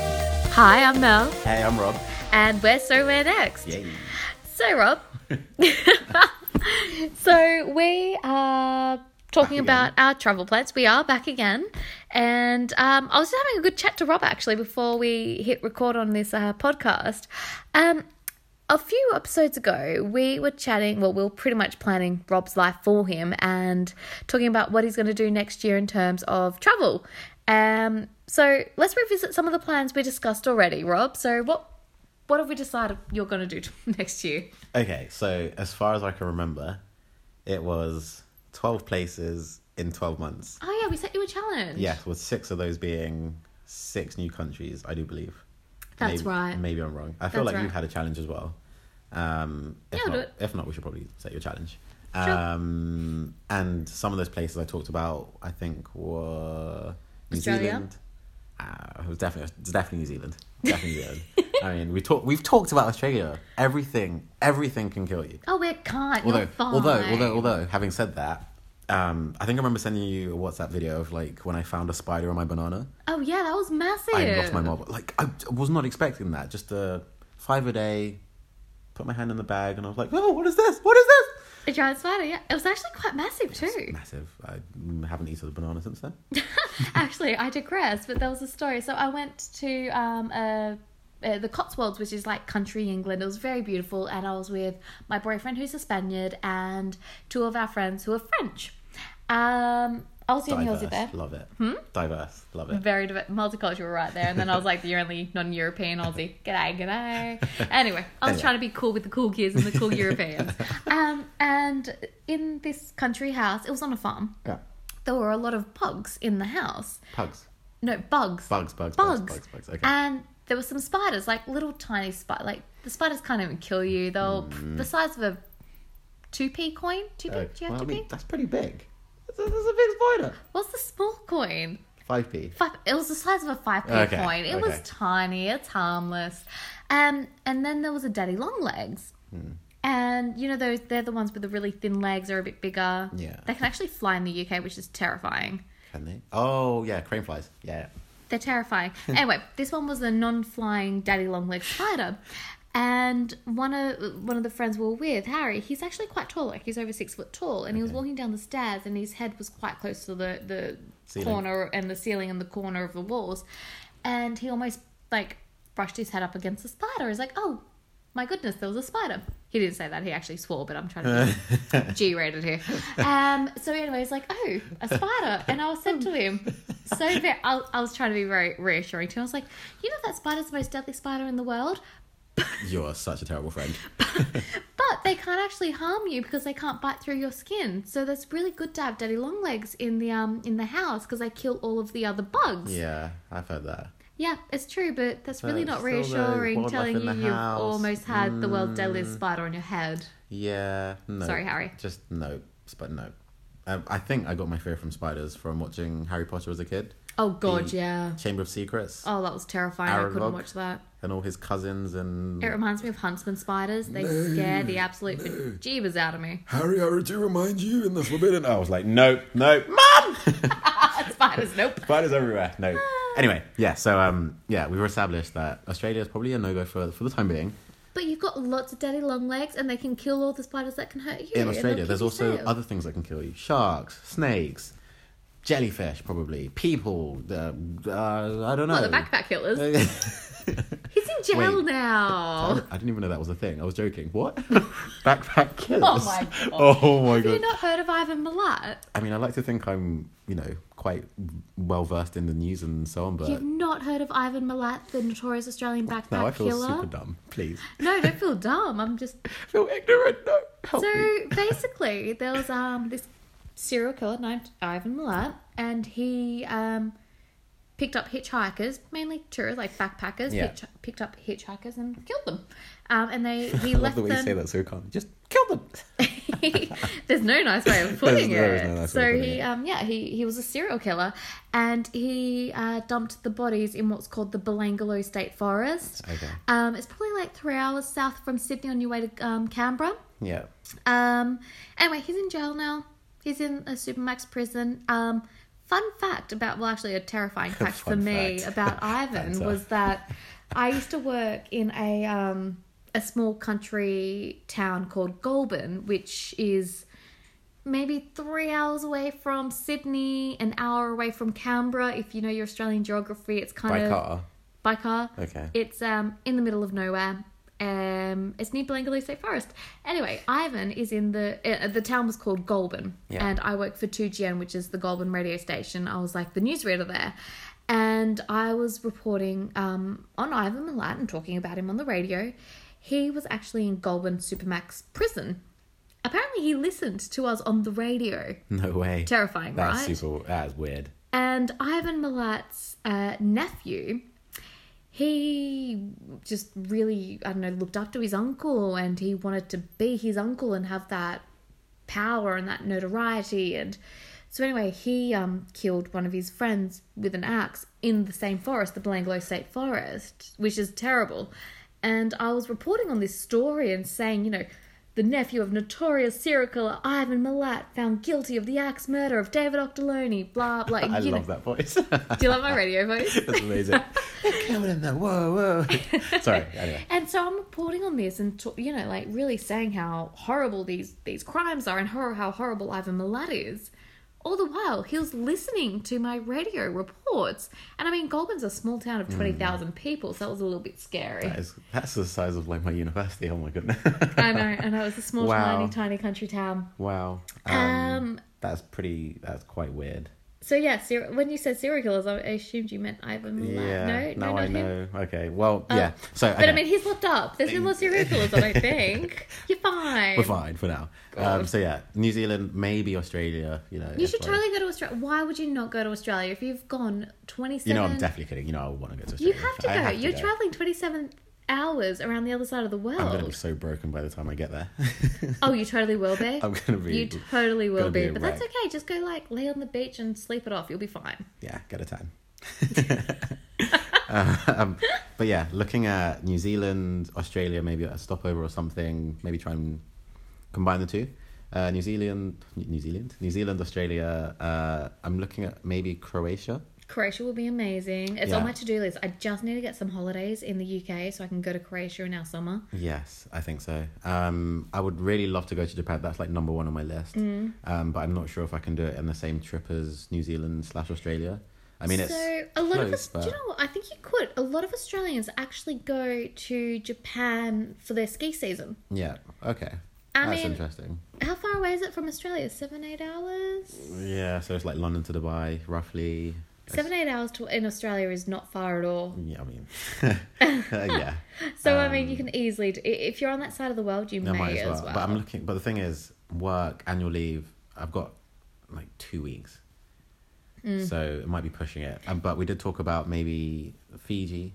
Hi, I'm Mel, Hey, I'm Rob. and we're Somewhere Next. Yay. So, Rob, so we are talking about Back our travel plans. We are back again, and um, I was just having a good chat to Rob actually before we hit record on this uh, podcast. Um, a few episodes ago, we were chatting. Well, we were pretty much planning Rob's life for him and talking about what he's going to do next year in terms of travel. Um, so let's revisit some of the plans we discussed already, Rob. So what what have we decided you're going to do next year? Okay, so as far as I can remember, it was 12 places in 12 months. Oh yeah, we set you a challenge. Yes, with six of those being six new countries, I do believe. That's Maybe- right. Maybe I'm wrong. I feel That's like you've right. had a challenge as well. Um, if Yeah, I'll not, do it. If not, we should probably set your challenge. Sure. Um, and some of those places I talked about, I think, were New Australia? Zealand. Uh, it was definitely, it's definitely New Zealand. Definitely New Zealand. I mean, we talk, we've talked about Australia. Everything, everything can kill you. Oh, we can't. Although, You're fine. although, although, although, having said that, um, I think I remember sending you a WhatsApp video of like when I found a spider on my banana. Oh yeah, that was massive. I lost my marble. Like I was not expecting that. Just a five a day. Put my hand in the bag and I was like, "Oh, what is this? What is this?" A giant spider. Yeah, it was actually quite massive too. Massive. I haven't eaten a banana since then. actually, I digress, but there was a story. So I went to um, a, uh, the Cotswolds, which is like country England. It was very beautiful, and I was with my boyfriend, who's a Spaniard, and two of our friends who are French. Um, I was the only Aussie there. Diverse. Love it. Hmm? Diverse. Love it. Very div- multicultural right there. And then I was like, you're only non-European Aussie. G'day, g'day. Anyway, I was Anyway. trying to be cool with the cool kids and the cool Europeans. Um, and in this country house, it was on a farm. Yeah. There were a lot of bugs in the house. Pugs. No, bugs. Bugs. Bugs. Bugs. Bugs. Bugs. Bugs. Okay. And there were some spiders, like little tiny spiders. Like the spiders can't even kill you. They'll the size of a two p coin. Two p. Okay. do you have Mm. Oh, Uh, Well, I two p? mean, that's pretty big. That's a, that's a big spider. What's the small coin? Five p. five, it was the size of a five p Okay, coin. It was okay. tiny. It's harmless. Um, and then there was a daddy long legs. Hmm. And you know those they're the ones with the really thin legs are a bit bigger. Yeah. They can actually fly in the UK, which is terrifying. Can they? Oh yeah, crane flies. Yeah. They're terrifying. anyway, this one was a non-flying daddy long leg spider. And one of one of the friends we were with, Harry, he's actually quite tall, like he's over six foot tall, and he was walking down the stairs, and his head was quite close to the the Ceiling. corner and the ceiling and the corner of the walls, and he almost like brushed his head up against the spider. He's like, "Oh my goodness, there was a spider." He didn't say that; he actually swore, but I'm trying to be G rated here. Um, so anyway, he's like, oh, a spider. And I was said to him, so ve- I, I was trying to be very reassuring to him. I was like, you know, that spider's the most deadly spider in the world, You're such a terrible friend. but they can't actually harm you because they can't bite through your skin. So that's really good to have daddy long legs in the, um, in the house because they kill all of the other bugs. Yeah, I've heard that. Yeah, it's true, but that's really it's not still the reassuring wildlife telling in you the you've house. Mm. almost had the world's deadliest spider on your head. Yeah. No. Sorry, Harry. Just no. But no. Um, I think I got my fear from spiders from watching Harry Potter as a kid. Oh, God, The yeah. Chamber of Secrets Oh, that was terrifying. I couldn't Aragog. watch that. and all his cousins and. It reminds me of huntsman spiders. They scare the absolute bejeebers out of me. Harry, Harry, do remind you in the Forbidden. I was like, nope, nope, spiders, nope. spiders everywhere, no. Ah. Anyway, yeah. So um, yeah, we've established that Australia is probably a no go for for the time being. But you've got lots of daddy long legs, and they can kill all the spiders that can hurt you. In and they'll Australia, keep there's you also safe. other things that can kill you: sharks, snakes, jellyfish, probably people. Uh, uh, I don't know. Oh, the backpack killers. He's in jail Uh, Wait. I now. didn't- I didn't even know that was a thing. I was joking. What? Backpack killers. Oh. Oh my God. Oh my Have you god. not heard of Ivan Milat? I mean, I like to think I'm, you know, quite well versed in the news and so on, but You've not heard of Ivan Milat, the notorious Australian backpack now I feel killer? super dumb. Please. No, don't feel dumb. I'm just I feel ignorant. No. Help me. So basically, there was um this serial killer named Ivan Milat, and he um picked up hitchhikers, mainly tourists, like backpackers, Yeah. hitch- picked up hitchhikers and killed them. Um, and they he I love left the way you them. say that so calm. Just kill them. There's no nice way of putting There's- there it. is no nice so way of putting he, it. um, yeah, he he was a serial killer, and he uh, dumped the bodies in what's called the Belangalo State Forest. Okay. Um, it's probably like three hours south from Sydney on your way to um, Canberra. Yeah. Um, anyway, he's in jail now. He's in a supermax prison. Um, Fun fact about, well, actually, a terrifying fact for Fun me fact. about Ivan That's all. was that I used to work in a um, a small country town called Goulburn, which is maybe three hours away from Sydney, an hour away from Canberra. If you know your Australian geography, it's kind By of car. by car. Okay. It's um in the middle of nowhere. Um, it's near Blangaloo State Forest. Anyway, Ivan is in the uh, the town was called Goulburn, Yeah. and I worked for 2GN, which is the Goulburn radio station. I was like the newsreader there, and I was reporting um on Ivan Milat and talking about him on the radio. He was actually in Goulburn Supermax prison. Apparently, he listened to us on the radio. No way. Terrifying, That's right? super. That's weird. And Ivan Milat's uh, nephew, he just really, I don't know, looked up to his uncle and he wanted to be his uncle and have that power and that notoriety. And so, anyway, he um, killed one of his friends with an axe in the same forest, the Blanglo State Forest, which is terrible. And I was reporting on this story and saying, you know, the nephew of notorious serial killer Ivan Milat found guilty of the axe murder of David Octoloni, blah, blah. I you love know. that voice. that's Do you love my radio voice? amazing. They're killing them. Whoa, whoa. Sorry. Anyway. And so I'm reporting on this and ta- you know, like really saying how horrible these these crimes are and how how horrible Ivan Milat is. All the while, he was listening to my radio reports, and I mean, Goulburn's a small town of twenty thousand people, so that was a little bit scary. Hmm. That is, that's the size of like my university. Oh my goodness. I know, I know, it's a small, Wow. tiny, tiny country town. wow. Um, Um, that's pretty. That's quite weird. so yeah, ser- when you said serial killers, I I assumed you meant Ivan Milat. Yeah. no, no, now not I him. know. Okay. Well, yeah. So But I okay. mean, he's looked up. There's no more serial killers, I don't think. You're fine. we're fine for now. Um, God. so yeah, New Zealand, maybe Australia. You know. You if should I- totally go to Australia. Why would you not go to Australia if you've gone 27? You know, I'm definitely kidding. You know, I want to go to You Australia. have to go. I have You're traveling 27 hours around the other side of the world. I'm gonna be so broken by the time I get there. Oh, you totally will be. I'm gonna be. you totally will gonna be be. a But that's wreck. okay. Just go like lay on the beach and sleep it off. You'll be fine. yeah, get a tan. um, but yeah, looking at New Zealand, Australia, maybe a stopover or something. Maybe try and combine the two. Uh, New Zealand, New Zealand, New Zealand, Australia. Uh, I'm looking at maybe Croatia. Croatia will be amazing. It's on Yeah. my to-do list. I just need to get some holidays in the UK so I can go to Croatia in our summer. Yes, I think so. Um, I would really love to go to Japan. That's like number one on my list. Mm. Um, but I'm not sure if I can do it in the same trip as New Zealand slash Australia. I mean, it's so a lot of close, us. Do you but- know what? I think you could. A lot of Australians actually go to Japan for their ski season. yeah okay. I That's mean- interesting. How far away is it from Australia? Seven, eight hours? Yeah, so it's like London to Dubai, roughly. Seven, eight hours to, in Australia is not far at all. Yeah, I mean, uh, yeah, So, I mean, you can easily, d- i- if you're on that side of the world, you Um, I may might as well. But I'm well. looking. But the thing is, work annual leave. I've got like two weeks, Mm. so it might be pushing it. Um, but we did talk about maybe Fiji,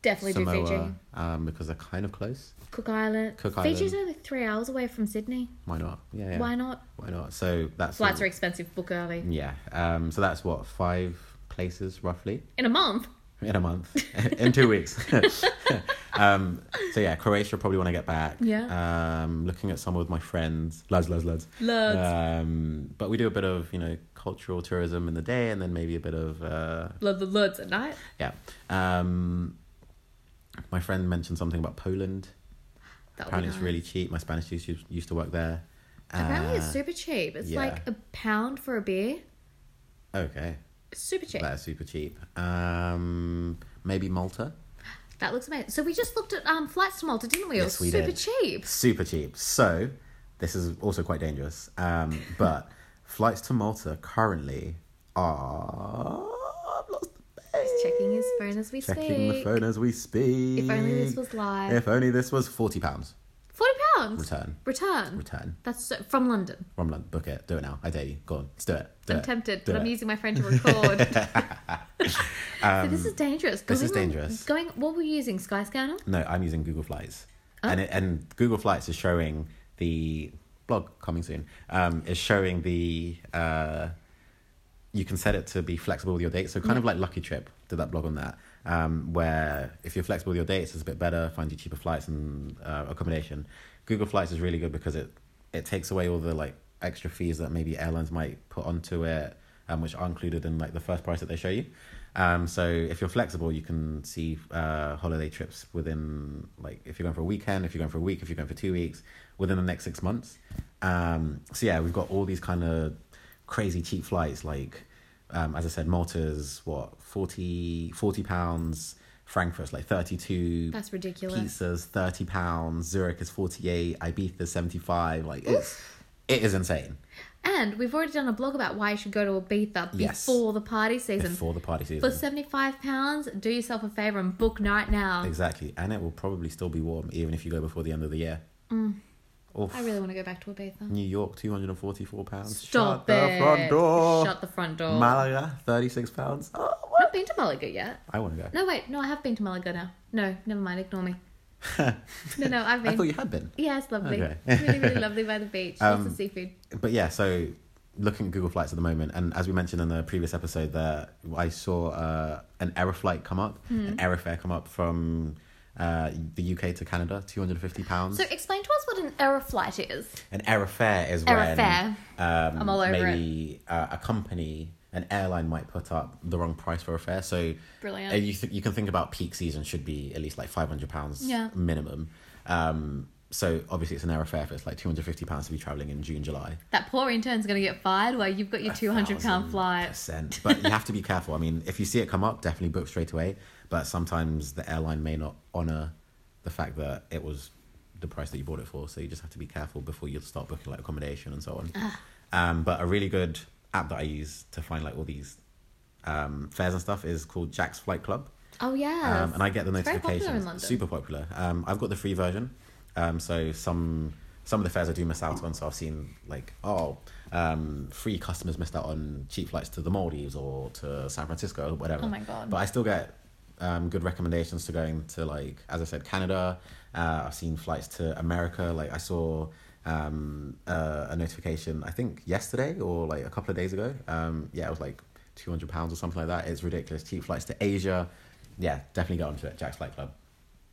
Definitely do Fiji. um, because they're kind of close. Cook Island. Cook Fiji's Island. only three hours away from Sydney. Why not? Yeah, yeah. Why not? Why not? So that's Flights are expensive, book early. yeah. Um, so that's what five places roughly In a month? in a month, in two weeks. um, so yeah, Croatia probably when I get back. Yeah. Um, looking at some with my friends, lads, lads, lads. Lads. Um, but we do a bit of you know cultural tourism in the day, and then maybe a bit of uh, Love the Lords at night. yeah. Um, my friend mentioned something about Poland. Oh, That would be Apparently, it's nice. really cheap. My Spanish teacher used to work there. Apparently, it's Uh, super cheap. It's yeah. like a pound for a beer. Uh, Okay, It's super cheap. that's super cheap. Um, maybe Malta. That looks amazing. So we just looked at um, flights to Malta, didn't we? It Yes, was we super did. cheap. super cheap. So this is also quite dangerous. Um, but flights to Malta currently are. I've lost the He's checking his page. phone as we Checking speak. the phone as we speak. If only this was live. If only this was forty pounds Forty pounds return. Return. Return That's so, from London. from London. Book it. Do it now. I dare you. Go on. Let's do it. Do I'm it. tempted, Do but I'm it. using my phone to record. so this is dangerous. 'cause Um, this is we were dangerous. Going, what were you using? Skyscanner. No, I'm using Google Flights, Oh. and it, and Google Flights is showing the blog coming soon. Um, is showing the uh, you can set it to be flexible with your dates. So kind of like Lucky Trip did that blog on that, um, where if you're flexible with your dates, it's a bit better. Find you cheaper flights and uh, accommodation. Google Flights is really good because it it takes away all the like extra fees that maybe airlines might put onto it. um, which are included in like the first price that they show you. Um, so if you're flexible, you can see uh, holiday trips within like if you're going for a weekend, if you're going for a week, if you're going for two weeks, within the next six months. Um, so yeah, we've got all these kind of crazy cheap flights like um, as I said, Malta's what 40, 40 pounds. Frankfurt's like thirty two. That's ridiculous. Pizza's thirty pounds. Zurich is forty eight. Ibiza's seventy five. Like it's it is insane. And we've already done a blog about why you should go to Ibiza Yes. before the party season. Before the party For season, seventy-five pounds, do yourself a favor and book night now. exactly, and it will probably still be warm even if you go before the end of the year. Mm. Oof. I really want to go back to Ibiza. New York, two hundred and forty four pounds. Stop Shut it. the front door. Shut the front door. Malaga, thirty six pounds. Oh, I've what? not been to Malaga yet. I want to go. No, wait, no, I have been to Malaga now. No, never mind, ignore me. no, no, I've I been. thought you had been. Yeah, it's lovely. Okay. Um, really, really lovely by the beach. Lots of seafood. but yeah, so looking at Google Flights at the moment, and as we mentioned in the previous episode, that I saw uh, an error flight come up, Hmm. an error fare come up from uh, the UK to Canada, two hundred and fifty pounds. So explain to us what an error flight is. an error fare is Error when fare. Um, I'm all over maybe Uh, a company, an airline might put up the wrong price for a fare. So Brilliant. uh, You th- you can think about peak season should be at least like five hundred pounds Yeah. minimum. Um, so obviously it's an error fare if it's like two hundred fifty pounds to be traveling in June, July. That poor intern's going to get fired while you've got your 200 pound thousand flight. percent. But you have to be careful. I mean, if you see it come up, definitely book straight away. But sometimes the airline may not honor the fact that it was the price that you bought it for. So you just have to be careful before you start booking like accommodation and so on. Ah. Um, but a really good app that I use to find like all these um, fares and stuff is called Jack's Flight Club. Oh, yeah. Um, and I get the It's very popular in notifications. London. Super popular. Um, I've got the free version. Um, so some some of the fares I do miss out on. So I've seen like oh, um, free customers missed out on cheap flights to the Maldives or to San Francisco or whatever. Oh my God. But I still get um, good recommendations to going to like as I said Canada. Uh, I've seen flights to America. Like I saw um, uh, a notification I think yesterday or like a couple of days ago. Um, yeah, it was like two hundred pounds or something like that. It's ridiculous. Cheap flights to Asia. Yeah, definitely get onto it. Jack's Flight Club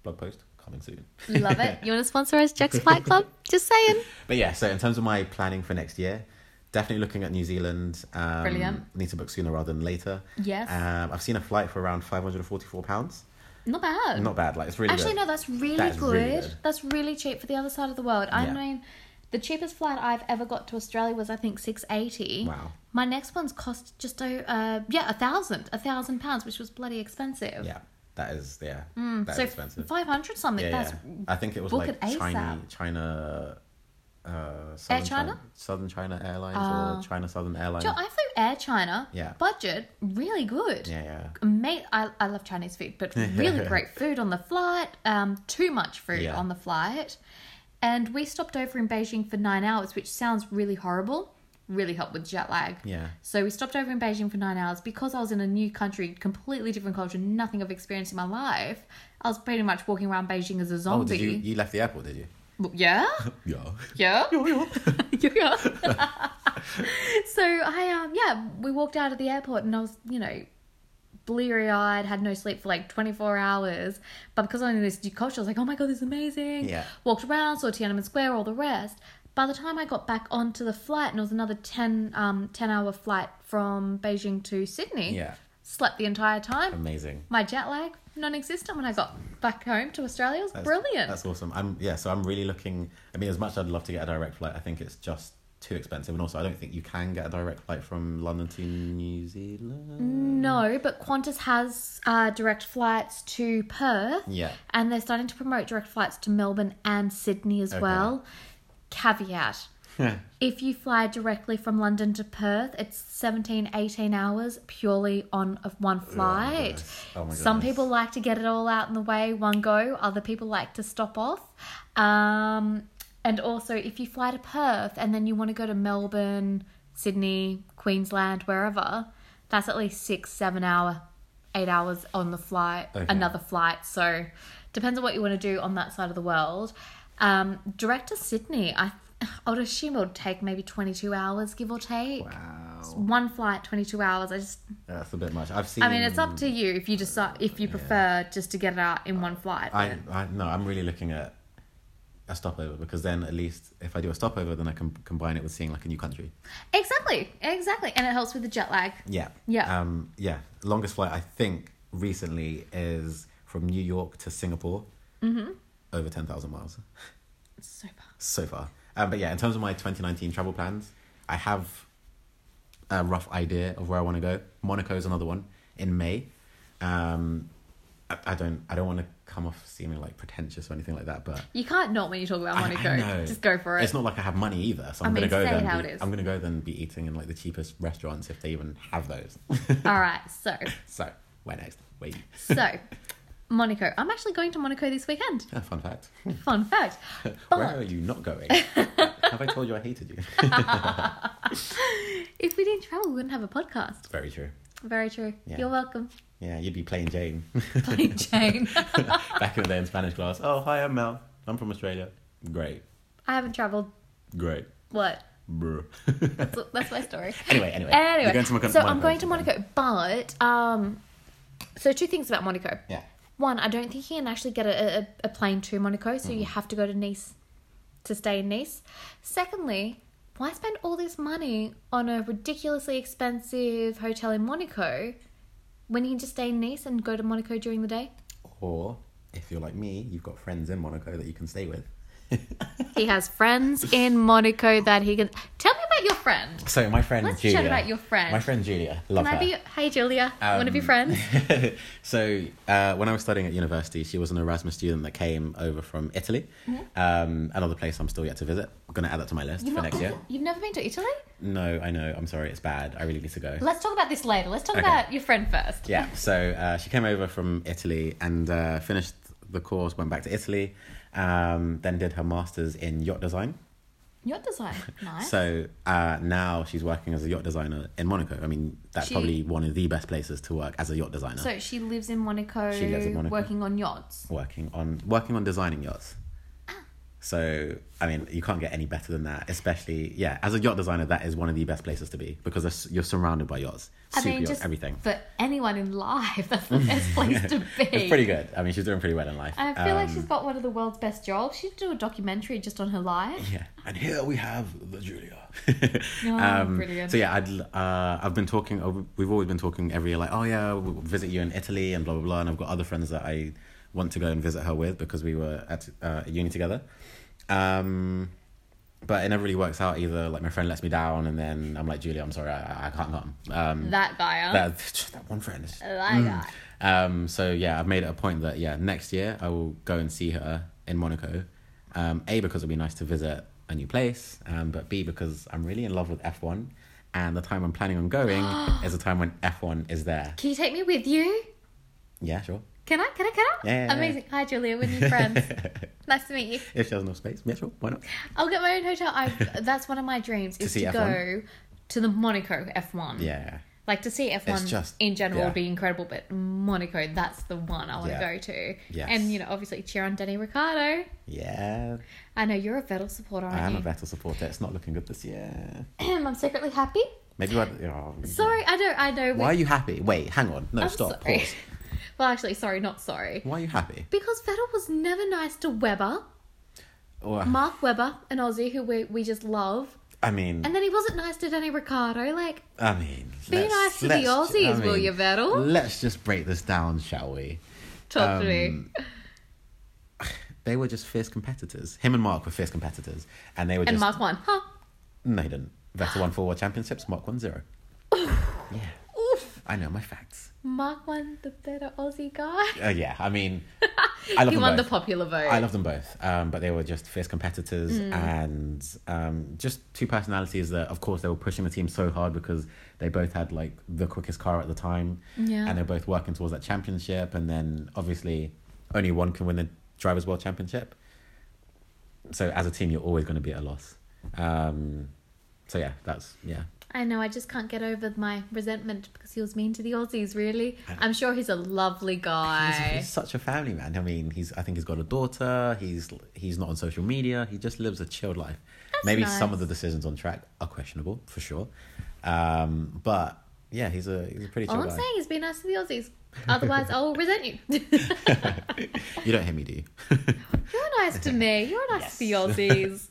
blog post coming soon. You love it. You want to sponsor us, Jack's Flight Club? Just saying. But yeah, so in terms of my planning for next year, definitely looking at New Zealand. Um, Brilliant. Need to book sooner rather than later. Yes. Um, I've seen a flight for around five hundred and forty-four pounds. Not bad. Not bad. Like it's really Actually, good. no, that's really That is good. really good. That's really cheap for the other side of the world. I Yeah. mean, the cheapest flight I've ever got to Australia was I think six eighty. Wow. My next one's cost just o- uh yeah a thousand a thousand pounds, which was bloody expensive. Yeah, that is yeah. Mm, that's so expensive. five hundred something. Yeah, that's yeah. I think it was book like it ASAP. China, China, uh, Southern China? Southern China Airlines Oh. or China Southern Airlines. Joe, I flew Air China. Yeah. Budget really good. yeah, yeah. Mate, I, I love Chinese food, but really great food on the flight. Um, too much food Yeah. on the flight, and we stopped over in Beijing for nine hours, which sounds really horrible. Really helped with jet lag. Yeah. So we stopped over in Beijing for nine hours because I was in a new country, completely different culture, nothing I've experienced in my life. I was pretty much walking around Beijing as a Oh, did you zombie. you left the airport? Did you? Yeah. Yeah. Yeah. Yeah. so I um yeah, we walked out of the airport and I was, you know, bleary eyed, had no sleep for like twenty four hours. But because I knew this new culture, I was like, Oh my god, this is amazing. Yeah. Walked around, saw Tiananmen Square, all the rest. By the time I got back onto the flight and it was another 10, um, 10 hour flight from Beijing to Sydney. Yeah. Um, Slept the entire time. Amazing. My jet lag non existent when I got back home to Australia. It was That's- brilliant. That's awesome. I'm yeah. So I'm really looking. I mean, as much as I'd love to get a direct flight, I think it's just too expensive, and also I don't think you can get a direct flight from London to New Zealand. No, but Qantas has uh, direct flights to Perth. Yeah. And they're starting to promote direct flights to Melbourne and Sydney as Okay. well. Caveat if you fly directly from London to Perth, it's 17, 18 hours purely on of one flight. Oh, goodness. Oh my Some goodness. people like to get it all out in the way, one go. Other people like to stop off. Um, and also, if you fly to Perth and then you want to go to Melbourne, Sydney, Queensland, wherever, that's at least six, seven hour, eight hours on the flight, Okay. another flight. So, depends on what you want to do on that side of the world. Um, direct to Sydney, I, I would assume it would take maybe 22 hours, give or take. Wow, One flight, 22 hours. I just, that's a bit much. I've seen. I mean, it's up to you if you decide, if you prefer just to get it out in one flight. Uh, I, but- I no, I'm really looking at a stopover because then at least if I do a stopover, then I can combine it with seeing like a new country. Exactly, exactly. And it helps with the jet lag. Yeah. Yeah. Um, yeah. Longest flight I think recently is from New York to Singapore. Mm-hmm. Over ten thousand miles It's so far. so far. Um, but yeah, in terms of my twenty nineteen travel plans, I have a rough idea of where I want to go. Monaco is another one in May. Um, I, I don't. I don't want to come off seeming like pretentious or anything like that, but. You can't not when you talk about I- I Monaco. know. Just go for it. It's not like I have money either, so I I'm mean, gonna go say there. it and how be- it is. I'm gonna go there and be eating in like the cheapest restaurants if they even have those. All right, so so where next? Wait, so Monaco. I'm actually going to Monaco this weekend. Yeah, fun fact. Fun fact. Where But are you not going? have I told you I hated you? if we didn't travel, we wouldn't have a podcast. Very true. Very true. Yeah. You're welcome. Yeah, you'd be playing Jane Plain Jane. back in the day in Spanish class. Oh, hi, I'm Mel. I'm from Australia. Great, I haven't traveled. great, What? bruh. That's, that's my story. anyway, anyway, Anyway, You're going to Monaco- so I'm going to this Monaco, weekend. but um, so two things about Monaco. Yeah. One, I don't think you can actually get a, a, a plane to Monaco, so you Mm-hmm. have to go to Nice to stay in Nice. Secondly, why spend all this money on a ridiculously expensive hotel in Monaco when you can just stay in Nice and go to Monaco during the day? Or if you're like me, you've got friends in Monaco that you can stay with. He has friends in Monaco that he can. Tell me about your friend. So my friend Let's chat Julia. about your friend. My friend Julia. Love Can I her. be? Hey, Julia. Want to be Um, friends? so uh, when I was studying at university, she was an Erasmus student that came over from Italy. Mm-hmm. Um, another place I'm still yet to visit. I'm gonna add that to my list You've for not- next year. You've never been to Italy? No, I know. I'm sorry. It's bad. I really need to go. Let's talk about this later. Let's talk Okay. about your friend first. Yeah. So uh, she came over from Italy and uh, finished the course. Went back to Italy. Um, then did her masters in yacht design. Your design, nice. So uh, now she's working as a yacht designer in Monaco. I mean, that's She- probably one of the best places to work as a yacht designer. So she lives in Monaco, She lives in Monaco. working on yachts. working on working on designing yachts. Ah. So I mean, you can't get any better than that. Especially yeah, as a yacht designer, that is one of the best places to be because it's- you're surrounded by yachts, I super mean, yachts, just everything. for anyone in life, that's the best place to be. It's pretty good. I mean, she's doing pretty well in life. I feel like Um, she's got one of the world's best jobs. She'd do a documentary just on her life. Yeah, and here we have the Julia. Oh, um, brilliant. so yeah, I'd l- uh, I've been talking. uh, We've always been talking every year, like, oh yeah, we'll visit you in Italy and blah blah blah. And I've got other friends that I want to go and visit her with because we were at uh, uni together. Um, but it never really works out either. Like my friend lets me down, and then I'm like, Julia, I'm sorry, I, I- I can't come. Um, That guy, huh? that Mm. that one friend. is- that guy. Um, so yeah, I've made it a point that yeah, next year I will go and see her in Monaco. Um, a because it'll be nice to visit a new place, um, but B because I'm really in love with F one, and the time I'm planning on going is the time when F one is there. Can you take me with you? Yeah, sure. Can I? Can I? Can I? Yeah, yeah, yeah. Amazing. Hi, Julia. We're new friends. nice to meet you. If she has enough space, yeah, sure. Why not? I'll get my own hotel. I, that's one of my dreams is see to F1? go to the Monaco F1. Yeah, Like to see F1 It's just- in general yeah. would be incredible, but Monaco, that's the one I want Yeah. to go to. Yes. And, you know, obviously cheer on Danny Ricardo. yeah. I know you're a Vettel supporter, I aren't am you? a Vettel supporter. It's not looking good this year. I'm secretly happy. Maybe. Why, oh, Sorry, I know, I know. we- Why are you happy? Wait, hang on. No, I'm stop. sorry. Pause. well, actually, sorry, not sorry. Why are you happy? Because Vettel was never nice to Weber, Or, Mark Weber, an Aussie who we, we just love. I mean, And then he wasn't nice to Danny Ricardo. Like, I mean, Be let's- nice to the let's ju- Aussies, will you, Vettel? Let's just break this down, shall we? talk to me. Um, They were just fierce competitors. Him and Mark were fierce competitors, and they were And just Mark 1. Huh? no, he didn't. Vettel won four world championships. Mark won zero. yeah, Oof. I know my facts. Mark 1, the better Aussie guy. Uh, yeah, I mean, I love he them won both. the popular vote. I love them both, um, but they were just fierce competitors and um, just two personalities that, of course, they were pushing the team so hard because they both had like the quickest car at the time, Yeah. and they're both working towards that championship. And then, obviously, only one can win the drivers' world championship. So, as a team, you're always going to be at a loss. Um, so yeah, that's yeah. I know, I just can't get over my resentment because he was mean to the Aussies, really. I'm sure he's a lovely He's, guy. he's such a family man. I mean, he's. I think he's got a daughter. He's. He's not on social media. He just lives a chilled life. Maybe some nice. of the decisions on track are questionable for sure, um, but yeah, he's a he's a pretty chill All I'm guy. saying is be nice to the Aussies. Otherwise, I will resent you. You don't hear me, do you? You're nice to me. You're nice to the Aussies.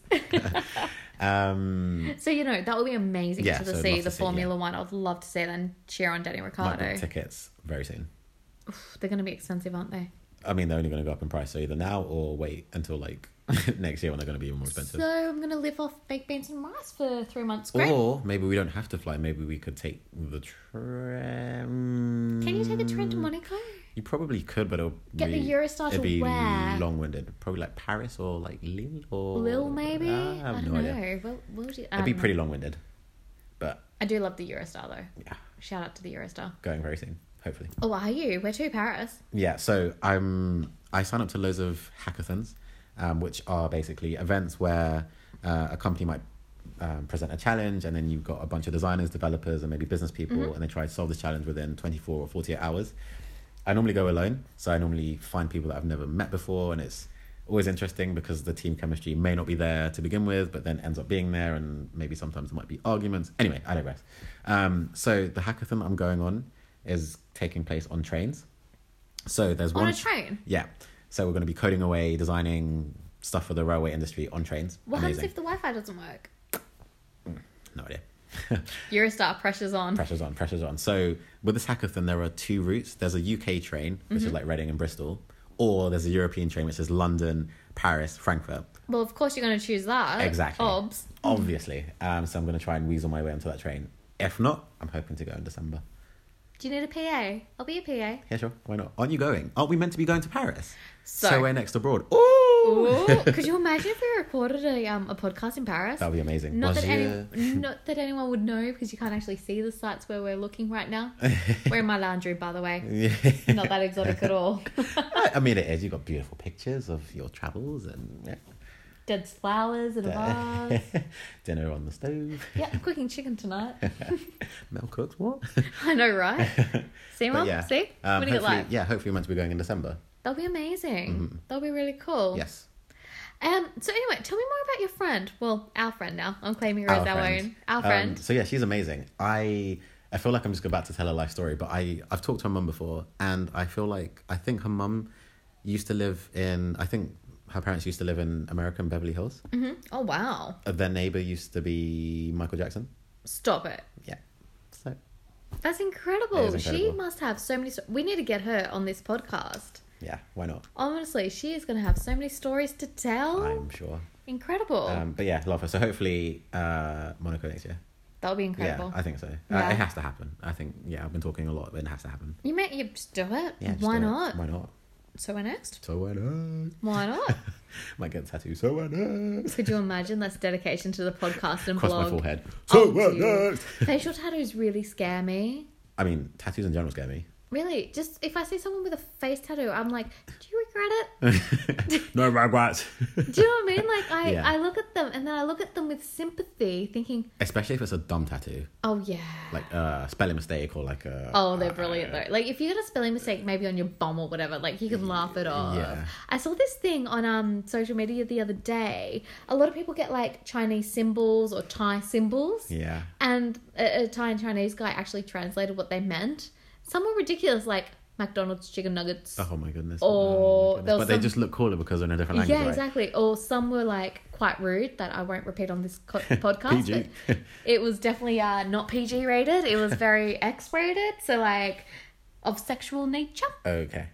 Um, so, you know, that would be amazing Yeah, to so I'd see love to the see, Formula One. I'd love to see them cheer on Danny might book Ricciardo. tickets very soon. They're going to be expensive, aren't they? I mean, they're only going to go up in price, so either now or wait until like next year when they're going to be even more expensive. So, I'm going to live off baked beans and rice for three months. Great. or maybe we don't have to fly. Maybe we could take the tram. Can you take a train mm. to Monaco? You probably could, but it'll Get the be, Eurostar it'd to be where? long-winded. Probably like Paris or like Lille or Ah, Lille, maybe? I have I, don't no know. idea. Well, we'll do, I It'd be don't know. pretty long-winded, but um, I do love the Eurostar, though. yeah, Shout out to the Eurostar. going very soon, hopefully. Oh, are you? Where to? Paris. Yeah, so I'm I sign up to loads of hackathons, um, which are basically events where uh, a company might um, present a challenge, and then you've got a bunch of designers, developers, and maybe business people, and they try to solve this challenge within twenty four or forty eight hours. I normally go alone, so I normally find people that I've never met before, and it's always interesting because the team chemistry may not be there to begin with, but then ends up being there, and maybe sometimes there might be arguments. Anyway, I digress. Um, so the hackathon I'm going on is taking place on trains. So there's On one a train? Yeah. So we're going to be coding away, designing stuff for the railway industry on trains. What happens Amazing. if the Wi Fi doesn't work? No idea. Eurostar pressure's on. Pressure's on, pressure's on. So with this hackathon, there are two routes. There's a UK train, which Mm-hmm. is like Reading and Bristol, or there's a European train, which is London, Paris, Frankfurt. Well, of course you're going to choose that. Exactly. Obs. Obviously. Um, so I'm going to try and weasel my way onto that train. If not, I'm hoping to go in December. Do you need a PA? I'll be a PA. Yeah, sure. Why not? Aren't you going? Aren't we meant to be going to Paris? So, So- we're next abroad. Ooh! Ooh, could you imagine if we recorded a um a podcast in Paris? That would be amazing. Not that, Bonjour. any, not that anyone would know because you can't actually see the sites where we're looking right now. we're in my lounge room, by the way. Yeah. Not that exotic at all. I I mean, it is. You've got beautiful pictures of your travels and yeah. Dead flowers and a vase. dinner on the stove. Yeah, I'm cooking chicken tonight. Mel cooks what? I know, right? See, But Mum? Oh, See? Um, what do you get hopefully- like? Yeah, Mm-hmm. hopefully we're meant to be going in December. That'll be amazing. That'll be really cool. Yes. Um. So anyway, tell me more about your friend. Well, our friend now. I'm claiming her as our friend. own. Our Um, friend. so yeah, she's amazing. I I feel like I'm just about to tell her life story, but I I've talked to her mum before, and I feel like I think her mum used to live in I think her parents used to live in America in Beverly Hills. Oh wow! Uh, Their neighbor used to be Michael Jackson. Stop it. Yeah. So That's incredible. It is She incredible. must have so many. sto- We need to get her on this podcast. yeah, why not? Honestly, she is going to have so many stories to tell. I'm sure. Incredible. Um, but yeah, love her. So hopefully, uh, Monaco next year. That'll be incredible. Yeah, I think so. Yeah. Uh, it has to happen. I think. Yeah, I've been talking a lot, but it has to happen. you may you just do it. Yeah. just why do it. not? Why not? So we're next. So why not? Why not? Might get a tattoo. So why not? Could you imagine? That's dedication to the podcast and Across blog. my forehead. So Oh, why dear. not? Facial tattoos really scare me. I mean, tattoos in general scare me. Really, just if I see someone with a face tattoo, I'm like, do you regret it? no regrets. Do you know what I mean? Like I, Yeah. I look at them and then I look at them with sympathy, thinking, Especially if it's a dumb tattoo, oh yeah. like a spelling mistake or like a. uh, Oh, they're brilliant though. Like if you get a spelling mistake, maybe on your bum or whatever, like you can laugh it off. Yeah. I saw this thing on um social media the other day. A lot of people get like Chinese symbols or Thai symbols, Yeah. and a, a Thai and Chinese guy actually translated what they meant. Some were ridiculous, like McDonald's chicken nuggets. Oh my goodness. Or my there goodness. was But they some- just look cooler because they're in a different language. yeah, right? exactly. Or some were like quite rude that I won't repeat on this co- podcast. PG. but it was definitely uh, not PG rated. It was very X rated. So like of sexual nature Okay.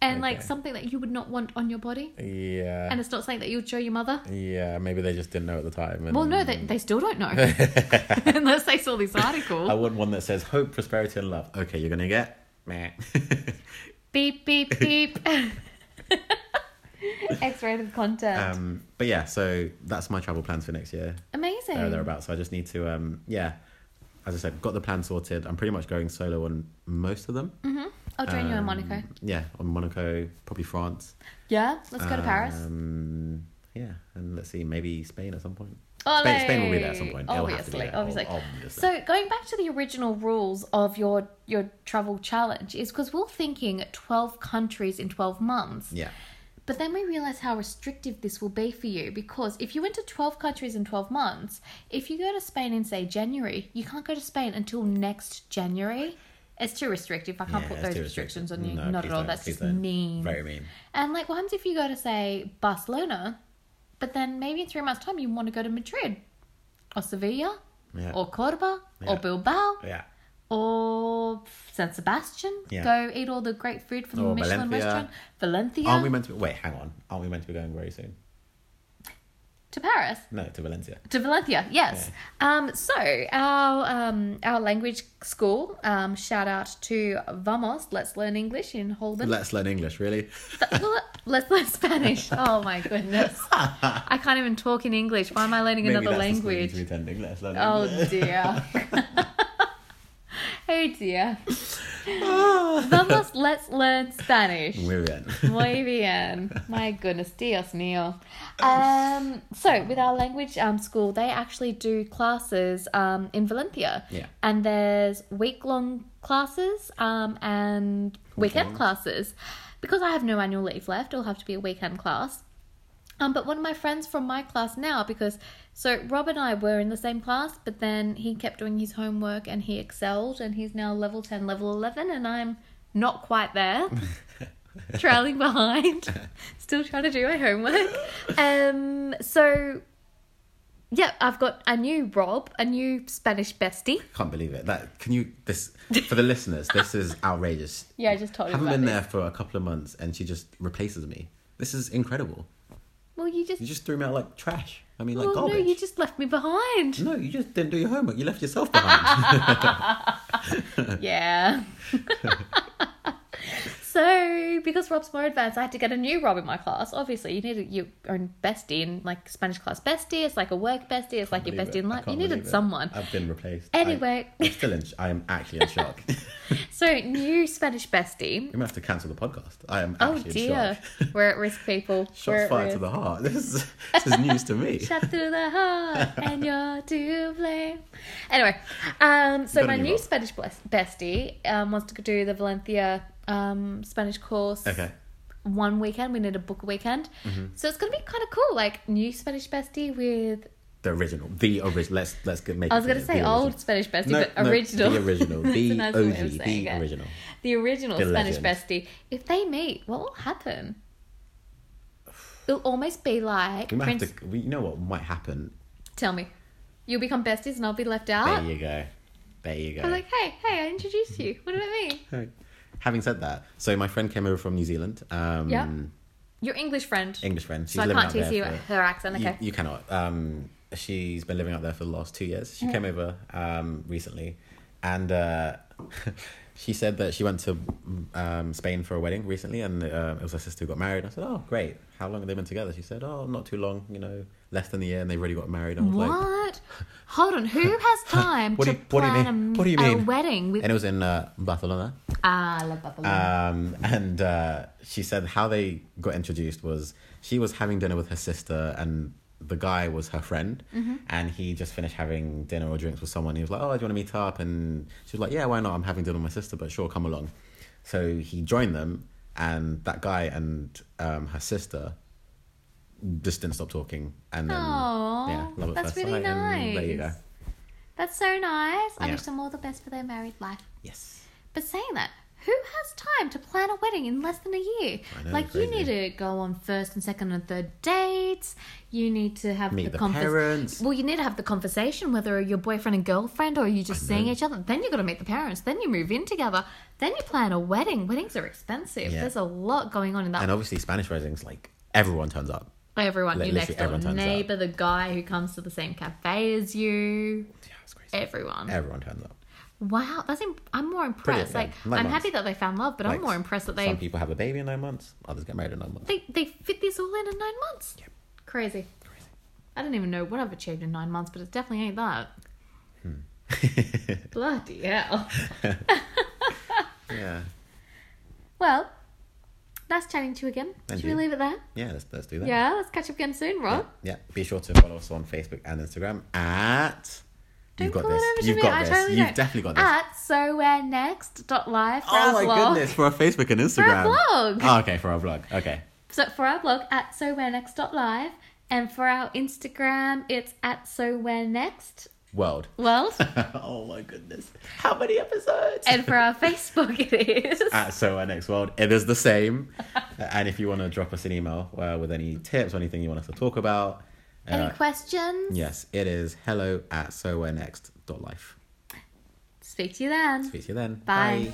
and like Okay. something that you would not want on your body. Yeah. And it's not something that you would show your mother. Yeah, maybe they just didn't know at the time. And Well, no, they, they still don't know unless they saw this Mm. I article. want one that says hope, prosperity, and love. Okay, you're gonna get meh. Beep beep beep. X rated content. um, but yeah, so that's my travel plans for next year, Amazing. there or thereabouts. So I just need to, um, yeah, as I said, got the plan sorted. I'm pretty much going solo on most of them. Mm. I'll join you in Um, Monaco. Yeah, on Monaco, probably France. Yeah, let's go to Paris. Um, yeah, and let's see, maybe Spain at some point. Olé. Spain, Spain will be there at some point. It'll have to be Oh, Obviously, there. obviously. Ob- obviously. So going back to the original rules of your your travel challenge is because we're thinking twelve countries in twelve months. yeah, But then we realize how restrictive this will be for you because if you went to 12 countries in 12 months, if you go to Spain in, say, January, you can't go to Spain until next January. It's too restrictive. I can't Yeah, put it's those too restrictions on restrictive. you. No, Not please at all. don't, That's please just don't. mean. Very mean. And like, what happens if you go to, say, Barcelona, but then maybe in three months' time you want to go to Madrid or Sevilla Yeah. or Cordoba Yeah. or Bilbao Yeah. or San Sebastian? Yeah. Go eat all the great food from the Or Michelin Valencia. restaurant. Valencia. Aren't we meant to be, wait, hang on. Aren't we meant to be going very soon? to Paris. No, to Valencia. To Valencia, yes. Um, so our um, our language school. Um, shout out to Vamos. Let's learn English in Holden. Let's learn English, really. Let's learn Spanish. Oh my goodness! I can't even talk in English. Why am I learning another that's the school you need language? to be attending. Let's learn Oh English. dear. oh dear. Ah. Vamos. Let's learn Spanish. Muy bien. Muy bien. My goodness, Dios mío. Um, so, with our language um, school, they actually do classes um, in Valencia. Yeah. And there's week long classes um, and weekend Weekends. classes. Because I have no annual leave left, it'll have to be a weekend class. Um, but one of my friends from my class now, because so Rob and I were in the same class, but then he kept doing his homework and he excelled, and he's now level 10, level 11, and I'm not quite there, trailing behind, still trying to do my homework. Um, so, yeah, I've got a new Rob, a new Spanish bestie. Can't believe it. That can you this for the listeners? This is outrageous. Yeah, I just told him Haven't about been this. there for a couple of months, and she just replaces me. This is incredible. Well, you just, You just threw me out like trash. I mean, like well, Oh, no, garbage. you just left me behind. No, you just didn't do your homework. You left yourself behind. Yeah. so because Rob's more advanced, I had to get a new Rob in my class. Obviously, you need a, your own bestie in like Spanish class bestie. It's like a work bestie. It's like your Believe bestie it. in I life. You can't needed believe it. someone. I've been replaced. Anyway. I, am still in. sh- I am actually in shock. I'm So new Spanish bestie. gonna have to cancel the podcast. I am Oh actually in dear, shock. we're at risk, people. we're Shots at fired risk. to the heart. This is, this is news to me. Shot through the heart, and you're to blame. Anyway, um, so Got a my new new Rob. Spanish bes- bestie um, wants to do the Valencia um, Spanish course. Okay. Mm-hmm. one weekend. We need a book weekend. So it's going to be kind of cool. Like new Spanish bestie with, The original. The original. Let's let's get make. I was it going to the say original. old Spanish bestie, No, but no, original. The original. That's The a nice way of OG. saying The it. original. The original The Spanish legend. bestie. If they meet, what will happen? It'll almost be like, We might Prince, have to. We, you know what might happen? tell me, you'll become besties and I'll be left There out. you go. There you go. I'm like, hey, hey, Ah! I introduced you. What about me? Alright. Having said that, so my friend came over from New Zealand. Um, Yeah. Your English friend. English friend. She's so I living can't out there tease you for- her accent. You- Okay. You, cannot. Um, she's been living out there for the last two years. Mm. She came over um, recently, and uh, she said that she went to um, Spain for a wedding recently, and uh, it was her sister who got married. I said, "Oh, great! How long have they been together?" She said, "Oh, not too long. You know, less than a year, and they've already got married." I was What? like, Hold on. Who has time "What do to you, what do you plan mean? a- What do you a, mean?" wedding with And it was in uh, Barcelona. Ah, I love Buffalo. Um, and uh, she said how they got introduced was she was having dinner with her sister and the guy was her friend Mm-hmm. and he just finished having dinner or drinks with someone. He was like, oh, do you want to meet up? And she was like, yeah, why not? I'm having dinner with my sister, but sure, come along. So he joined them and that guy and um, her sister just didn't stop talking. And then, Aw, yeah, love at that's first really sight. And there you go. nice. That's so nice. I Yeah. wish them all the best for their married life. Yes. But saying that, who has time to plan a wedding in less than a year? I know, like you crazy. need to go on first and second and third dates. You need to have Meet the, the convers- parents. Well, you need to have the conversation whether you're boyfriend and girlfriend or you're just seeing each other. Then you got to meet the parents. Then you move in together. Then you plan a wedding. Weddings are expensive. Yeah. There's a lot going on in that. And obviously, Spanish weddings, like, everyone turns up. everyone, Li- your literally next door everyone turns up. neighbor, the guy who comes to the same cafe as you, Yeah, it's crazy. everyone. Everyone turns up. Wow, that's imp- I'm more impressed. yeah. Like Nine I'm months. happy that they found love, but I'm Like, more impressed that Some they, people have a baby in nine months, others get married in nine months. they they fit this all in in nine months. Crazy. Crazy. I don't even know what I've achieved in nine months, but it definitely ain't that. Bloody hell. yeah. Well, nice chatting to you again. And Should we you. leave it there? Yeah, let's, let's do that. Yeah, let's catch up again soon, Rob. Yeah. Be sure to follow us on Facebook and Instagram at. Don't you've got call this. it over to you've me. got I this. totally you've don't. definitely got this. At so we're next dot live for oh our my blog. goodness, for our Facebook and Instagram. blog. Oh, okay, for our blog. Okay. So for our blog at sowerenext.live and for our Instagram, it's at sowerenext World. world. oh my goodness. How many episodes? and for our Facebook, it is. at So Our Next World. It is the same. and if you want to drop us an email uh, with any tips or anything you want us to talk about, Any uh, questions? yes, it is hello at so next dot life. Speak to you then. Speak to you then. Bye.